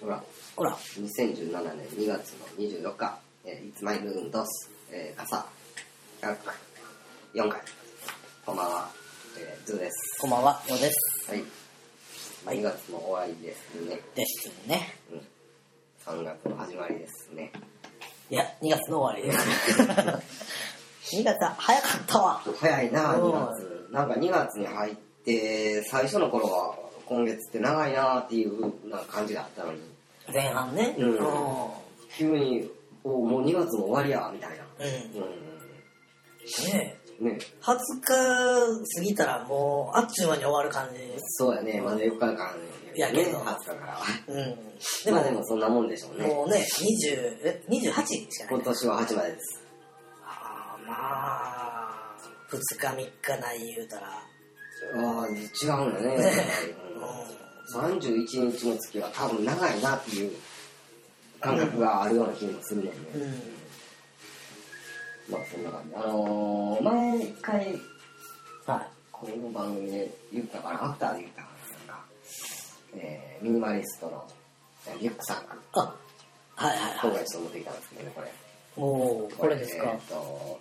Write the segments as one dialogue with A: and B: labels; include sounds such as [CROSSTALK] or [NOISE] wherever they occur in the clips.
A: ほら、
B: ほら、
A: 2017年2月の24日、えー、It's my room, dos、えー、傘、104回。こんばんは、えー、ズーです。
B: こんばんは、ようです。
A: はい。
B: はい
A: 2月も終わりですね。
B: ですね。
A: うん。3月の始まりですね。
B: いや、2月の終わりです。2月 [LAUGHS] は早かったわ。
A: 早いな、
B: うん
A: 2月。なんか2月に入って、最初の頃は、今月って長いなっていうなんか感じがあったのに、
B: 前半ね。
A: うん
B: うん。
A: 急に、おもう2月も終わりや、みたいな。
B: うん
A: う
B: ね
A: ん。ね
B: え20日過ぎたらもう、あっちゅう間に終わる感じです。
A: そうやね、まだ4日間ね。
B: いやけど
A: 20日からは。
B: うん。
A: で
B: で
A: も、で
B: も、
A: もそんなもんでしょうね。
B: もうね、20、え、28しかな
A: 今
B: い。
A: 年は8までです。
B: あーまあ、2日3日ない言うたら。
A: ああ、違うんだね。
B: [LAUGHS]
A: うん31日の月は多分長いなっていう感覚があるような気もするので、
B: うん。うん。
A: まあそんな感じ。あのー、前一回、
B: は
A: この番組で言ったかな、アフターで言ったかな、なんか、えー、ミニマリストのリュックサック、
B: い。あ、はいはい
A: 今
B: は
A: 回ちょっと持ってきたんですけどね、これ。
B: い。おー、これです
A: え
B: か
A: ーっ。と、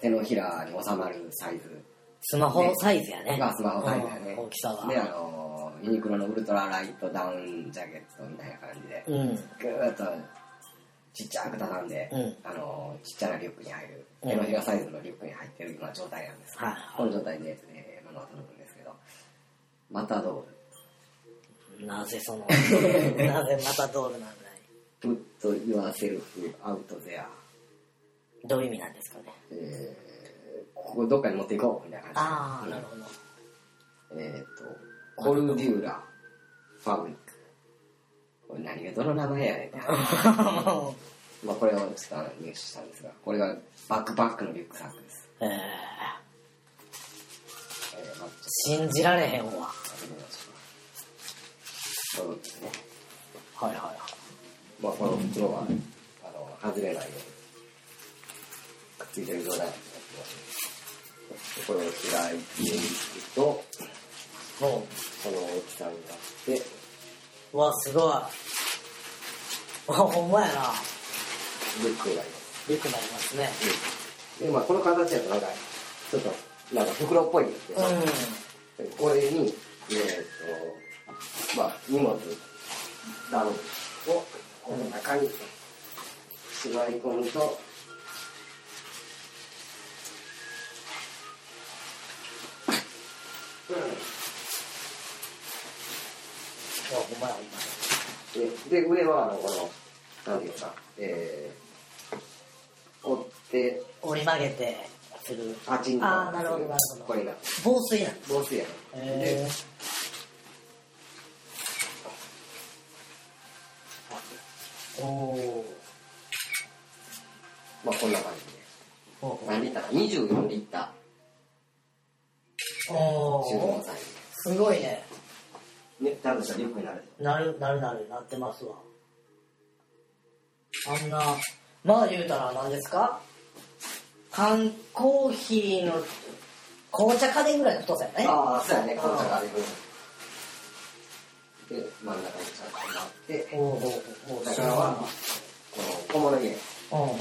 A: 手のひらに収まるサイズ。
B: スマホのサイズやね。
A: まあスマホサイズやね
B: うん大きさが。
A: で、あのー、ユニクロのウルトラライトダウンジャケットみたいな感じで、
B: うん。
A: ぐーっとちっちゃく畳んで、
B: うん
A: あのー、ちっちゃなリュックに入る、
B: うん
A: 手のひらサイズのリュックに入ってる今状態なんですけど、
B: はい
A: この状態で、えー、物を届くんですけど、またど、
B: なぜ [LAUGHS] その、なぜまたドールなんだいう
A: put yourself out there、
B: どういう意味なんですかね。
A: えー、ここどっかに持っていこうみたいな
B: あ
A: 感
B: あ、
A: じで
B: なるほど。
A: えっ、と、コルデューラファブリック。これ何がどの名前やねんって。
B: [LAUGHS]
A: まあこれをちょっと入手したんですが、これがバックパックのリュックサックです。
B: えー、
A: えー、まあち
B: 信じられへん
A: ょっ
B: わ。
A: と見ましょう。そうですね。
B: はいはいはい。
A: まあこの袋は、あの、外れないように、くっついてる状態になってます。これを開いていくと、こ
B: も
A: の大きさになって、
B: う、うわ、すごい。わ、ほんまやな。
A: リュックになります。
B: よくなりますね。
A: で、まあ、この形だとなんか、ちょっと、なんか袋っぽいんですけど、
B: う
A: これに、えーっと、まあ、荷物、ダムを、この中に、しまい込むと、
B: ん。わ、ほんまやほん
A: で、で上は、あの、この、なんていうか、えー、折って、
B: まや。折り曲げて、する。
A: パチンと、
B: あーなるほどなるほど
A: これが、
B: 防水なん
A: 防水やね。
B: え
A: で
B: ーおー
A: まあ、こんな感じで。
B: ほうほう
A: 何リッターか ?24 リッター、集
B: お
A: 合
B: ー
A: サイ
B: すごいね
A: ズ。ね、だとしたらよくなるでしょ。
B: なるなるなるなってますわあんなまあ言うたら何ですか缶コーヒーの紅茶家電ぐらいの太さやね
A: ああ、そうやね、この中あれで、真ん中にちゃんとなって、
B: おーおーおーおー
A: だからは、この小物入れ。
B: おーおー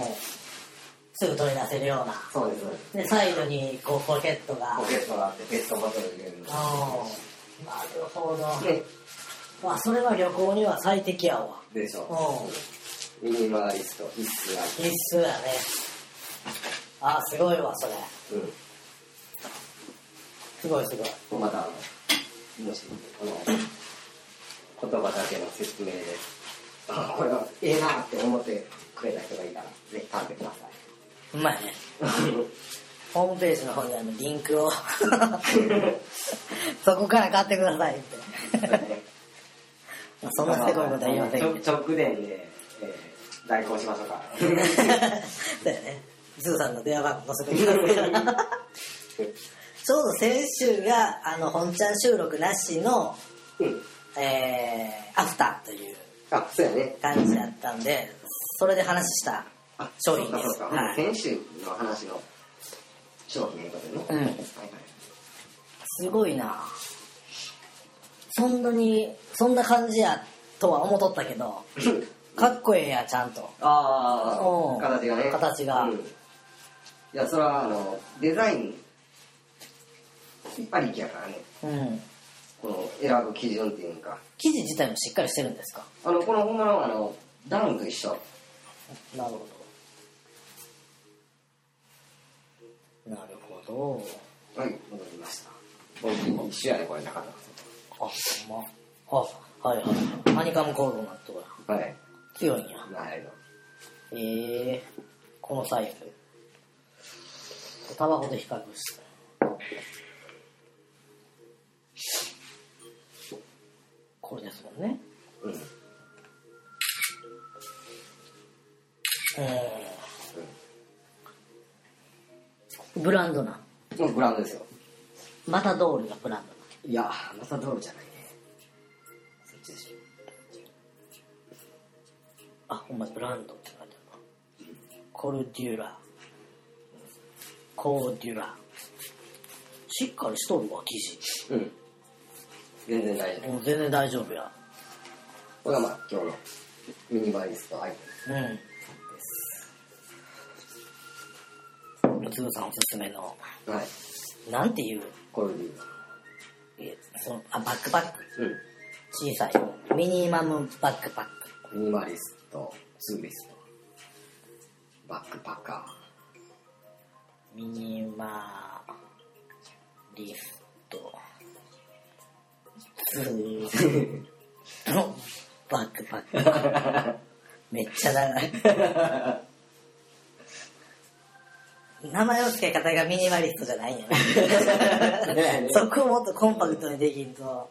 B: すぐ取り出せるような
A: そうです、そうです。
B: でサイドにこうポケットが
A: ポケットがあって、ペットボトル入れるの。
B: ああなるほど
A: で、
B: まあそれは旅行には最適やわ
A: でしょ。
B: う
A: ミニマリスト、必須アイ
B: ん必須やねああすごいわそれ
A: テム
B: すごいすごい
A: うん。また、あの、もし、この、言葉だけの説明で、あこれは、ええなって思ってくれた人がいたら、ぜひ食べてください。
B: うまいねホームページの方にあのリン [LAUGHS] クをそこから買ってくださいってまあそんなせこいことは言いませんけど
A: ちょ直伝で、えー、代行しましょうか。
B: [LAUGHS] そうやねズーさんの電話番号載 [LAUGHS] せてくださいからちょうど先週があの本ちゃん収録なしの、
A: うん。
B: えー、アフターという
A: あ、そうやね。
B: 感じだったんでそれで話した
A: あ、
B: 商品です
A: そうかそうか。
B: はい
A: 先週の話の商品のこと
B: う
A: ね。
B: ん
A: はい
B: すごいなそんなにそんな感じやっとは思っとったけどかっこええやちゃんと
A: あ
B: お
A: あ
B: う
A: 形がね
B: 形が
A: うんいやそれはあのデザインありきやからね
B: うん
A: この選ぶ基準っていうんか
B: 生地自体もしっかりしてるんですか
A: あのこのほんまのあのダウンと一緒
B: なるほどなるほ
A: はい戻りました僕一緒やねこれなかっ
B: どあほんまあはいはいハニカムコードなとこや
A: たはい
B: 強いんや
A: なる
B: ええこのサイズタバコで比較してこれですもんね
A: ほどうん
B: うんブランドなん
A: もうブランドですよ
B: またドールがブランドなん
A: いやまたドルじゃないねそっちでしょ
B: あほんまブランドって書いてあるなコルデュラコーデュラしっかりしとるわ生地
A: うん全然大丈夫
B: もう全然大丈夫や
A: これがまあ今日のミニバリストアイテ
B: うんつぶさんおすすめの
A: ムはい
B: なんていう
A: これでいいわ
B: えそのあバックパック
A: うん
B: 小さいミニマムバックパック
A: ミニマリスト、ツーリスト、バックパッカ
B: ミニマリスト
A: [LAUGHS]
B: ツーのバックパックめっちゃ長い名前の付け方がミニマリストじゃないんや
A: ー。
B: なそこをもっとコンパクトにできんと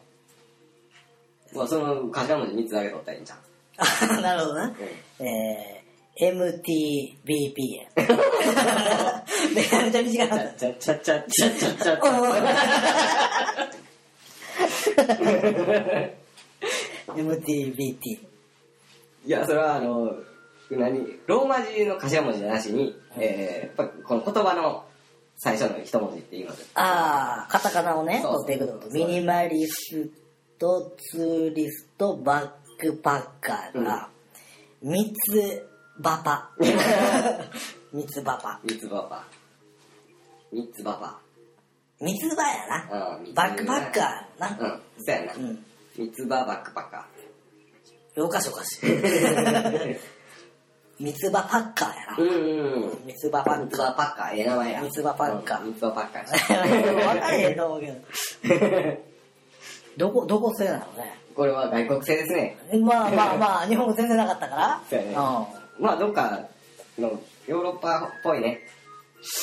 A: まあその頭文字3つだけ取ったらいいんじゃん。
B: あ [LAUGHS] なるほどな
A: う
B: えー、MTBP
A: [LAUGHS]
B: やめちゃめちゃ短かった
A: ん。ちゃちゃちゃちゃちゃちゃ。
B: MTBT
A: いや、それはあの、何ローマ字の頭文字じゃなしに、えー、やっぱりこの言葉の最初の一文字っていうので。
B: ああカタカナをね
A: そう
B: 取っていくってこ
A: そ
B: と
A: う
B: ミニマリストツーリストバックパッカーが、ミツバ
A: [LAUGHS]
B: パミツバパ
A: 三つ葉パ。三つ葉
B: ミツバやな
A: パ。うん、三つ葉
B: バックパッカーな
A: うん、そうやな
B: う。ん
A: 三つ葉バックパッカ
B: おかしいおか
A: [LAUGHS]
B: しいミツバパッカーやな
A: ー。うんうん。
B: ミツバパ
A: 三
B: ッ
A: つ
B: カー
A: 葉パッカー、ええ名前や。
B: 三つ葉パッカー
A: うん三つ葉パッカーやし。
B: 分かれへんと思うけどどこどこ製なのね
A: これは外国製ですね。
B: まあまあまあ日本語全然なかったから
A: そうやねまあ、どっかのヨーロッパっぽいね。
B: うん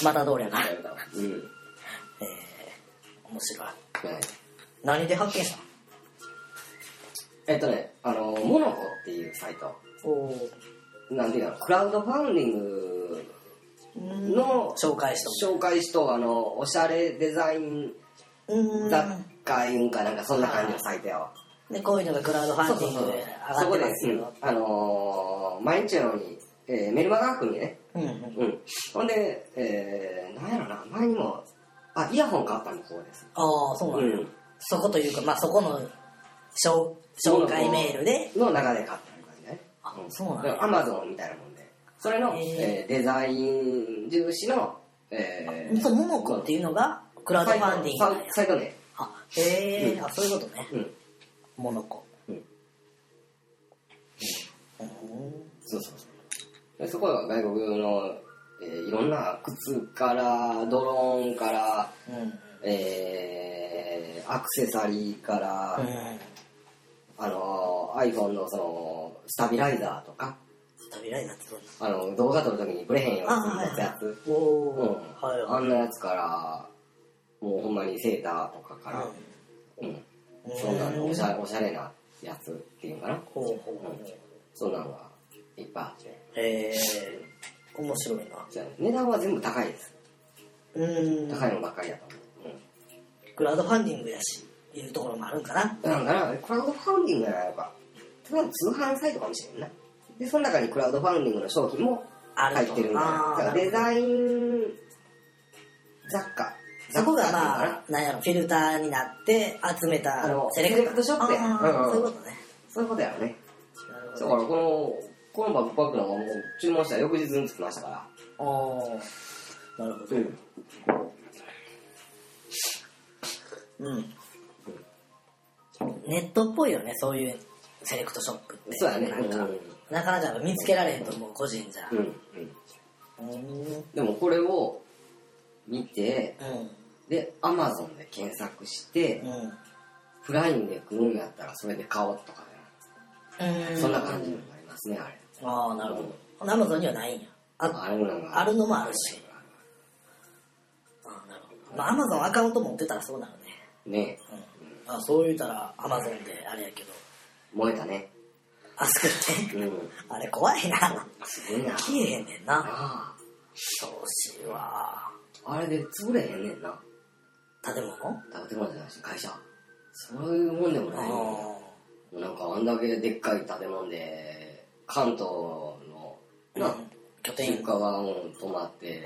B: またどうやな
A: うん。
B: えー、面白い
A: はい
B: 何で発見した
A: えっとね、あの、モノコっていうサイト。
B: のお
A: なんていうの、クラウドファンディングの
B: 紹介し
A: 紹介しと、あの、おしゃれデザイン
B: たう
A: 雑
B: ん
A: 貨いうんかなんか、そんな感じのサイトやわ。
B: でこういうのがクラウドファンディングで
A: そこ
B: 上がって
A: で
B: ます、
A: うん
B: よ
A: あのー毎日のように、えーメルマガ学にね、
B: うんうん
A: うん。ほんで、えー、なんやろな、前にも、あ、イヤホン買ったのこうです。
B: ああそうなんだ、
A: うん
B: そこというかまあそこの紹紹介メールで
A: の中で買ったみたいなね。
B: あそうなんや
A: アマゾンみたいなもんで。それの、
B: へー
A: えーデザイン重視の、えー、
B: そうモノコっていうのがクラウドファンディングなんや
A: サイトサイトね。
B: あへえ、あそういうことね
A: うん。
B: モノコ
A: うん。
B: うん
A: そうそうそう。でそこは外国の、えーいろんな靴から、ドローンから、
B: うん
A: えー、アクセサリーから、あの、iPhone のその、スタビライザーとか、
B: 扉になってそうです
A: あの、動画撮るときにブレへんようにするやつ。
B: おお、
A: うん
B: はい
A: あ
B: はい
A: んなやつから、もうほんまにセーターとかから、うん、そんなのおしゃれおしゃれなやつっていうのかな、
B: ほうほうほう
A: そんなのがいっぱいあって、
B: へえ面白いな
A: じゃあ値段は全部高いです。
B: うん
A: 高いのばっかりだと思う。
B: クラウドファンディングやしいうところもあるんかな
A: うん、なんかな、クラウドファンディングじゃないのか、ただの通販サイトかもしれんな。で、その中にクラウドファンディングの商品も
B: あ
A: 入
B: る
A: ってるんだよ。だから
B: あ
A: デザイン雑貨。
B: そこがま
A: 雑貨っていうのかな
B: あなんやろフィルターになって集めた
A: あの
B: セレク
A: セレクトショップや
B: あー
A: うんうん
B: そういうことね
A: そういうことやろね。
B: なる
A: だ
B: ほど
A: か
B: ね
A: らこの、このバックパックなんかもう注文したら翌日に着きましたから。
B: ああなるほど
A: うん。
B: うんネットっぽいよねそういうセレクトショップって
A: そうやね。
B: なんか、
A: うん
B: なかなか見つけられへんと思う個人じゃ
A: うん。うん。
B: うん
A: でもこれを見て、
B: うん
A: で、アマゾンで検索して、
B: うん
A: フラインで来るんやったらそれで買おうとか
B: う
A: ね。そんな感じになりますね、あれ。
B: ああなるほどアマゾンにはないんやあ
A: あれもなんか。
B: あるのもあるしあなるほどまあアマゾンアカウント持ってたらそうなのね、
A: ね
B: うん、あそう言うたらアマゾンであれやけど
A: 燃えたね。
B: あそこって
A: うん。
B: あれ怖いな
A: すごいな。
B: 消えへんねんな
A: あ
B: 調子は
A: あ。あれで潰れへんねんな。
B: 建物
A: 建物じゃないし、会社。そういうもんでもないね。なんかあんだけでっかい建物で、関東の、
B: うん
A: な、
B: 拠
A: 出
B: 点
A: 荷がもう止まって、
B: え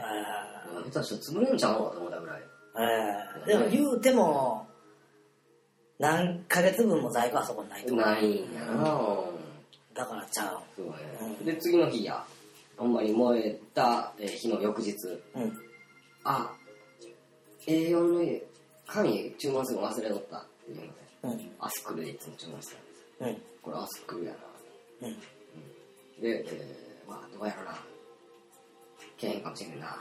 A: 下手したら潰れんちゃうのかと思ったぐらい。
B: えでも言うても何ヶ月分も在庫あそこにないと
A: ないんやな
B: だからちゃ
A: すごいね
B: うん
A: で、次の日や。ほんまに燃えたえー日の翌日。
B: ううん
A: あ、A4 の紙注文するの忘れとったっていうので、
B: うん
A: アスクルでいつも注文してたんです。
B: うん
A: これアスクルやな。
B: うん
A: で、えー、まあ、どうやろな。けえへんかもしれんな、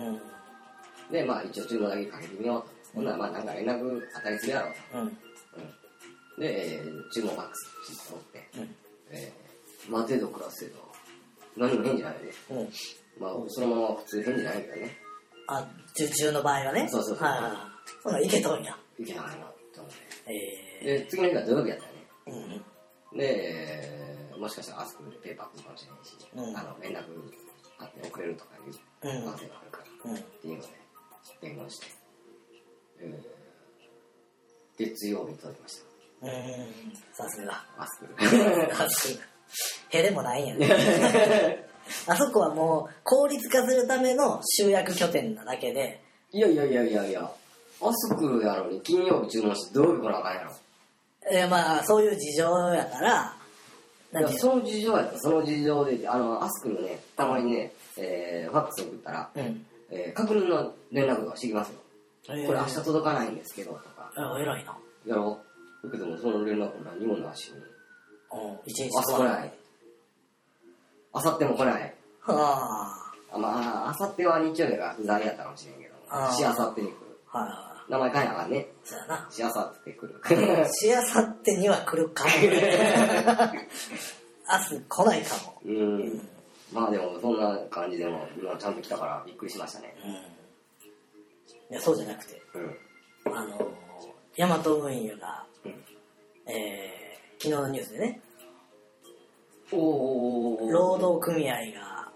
A: 明日。
B: うん
A: で、まあ一応注文だけかけてみようと。ほんならまあなんか連絡当たりするやろう
B: うん
A: と。で、えー注文ファックスして取って、
B: うん
A: えー、まあ程度暮らせと、何も返事ないよね。
B: うん
A: まあそのまま普通返事ないけどね、
B: あ受注の場合はね
A: そうそうそう
B: はいはいはいほないけとんや
A: いけなかったなと思っ
B: え
A: て。
B: え
A: で、次の日が土曜日やったよね。
B: うん
A: で、えーもしかしたらアスクでペーパー来るかもしれないし、
B: うん
A: あの連絡あって遅れるとかいう
B: うん
A: 可能性があるから、
B: うん
A: っていうので、伝言して、えー月曜日に届きまし
B: うんさす
A: [LAUGHS]
B: が
A: た、アスクル。
B: さすがへでもないんやね
A: [LAUGHS]
B: あそこはもう効率化するための集約拠点なだけで
A: いやいやいやいやいや、アスクルやのに金曜日注文して土曜日来なあかんやろ。
B: えーまあそういう事情やから
A: い
B: 何
A: や、その事情やった、その事情で、あの、アスクルね、たまにね、えーファックス送ったら、
B: うん
A: えー確認の連絡がしてきますよ。
B: こ
A: これ明日届かないんですけど、とか。
B: あ偉いな
A: やろだけども、その連絡も何もなしに。
B: うん一日
A: 明日来ない。明後日も来ない。
B: は
A: あまあ、明後日は日曜日が不在やったかもしれんけど
B: あ、ー
A: しあさってに来る。
B: あは
A: 名前変えなあかんね。
B: いそうやな
A: しあさって来る。 [LAUGHS]
B: しあさってには来るかも [LAUGHS] 明日来ないかも
A: うん。まあでも、そんな感じでも、今ちゃんと来たからびっくりしましたね。
B: うんいやそうじゃなくて
A: うん。
B: あのーヤマト運輸が、
A: うん
B: えー昨日のニュースでね
A: おおお
B: 労働組合が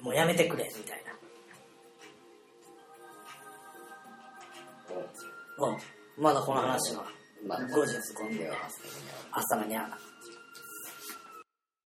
B: もうやめてくれみたいなうんまだこの話は
A: まあ、
B: 後日今
A: では
B: 度啊は、朝がにゃ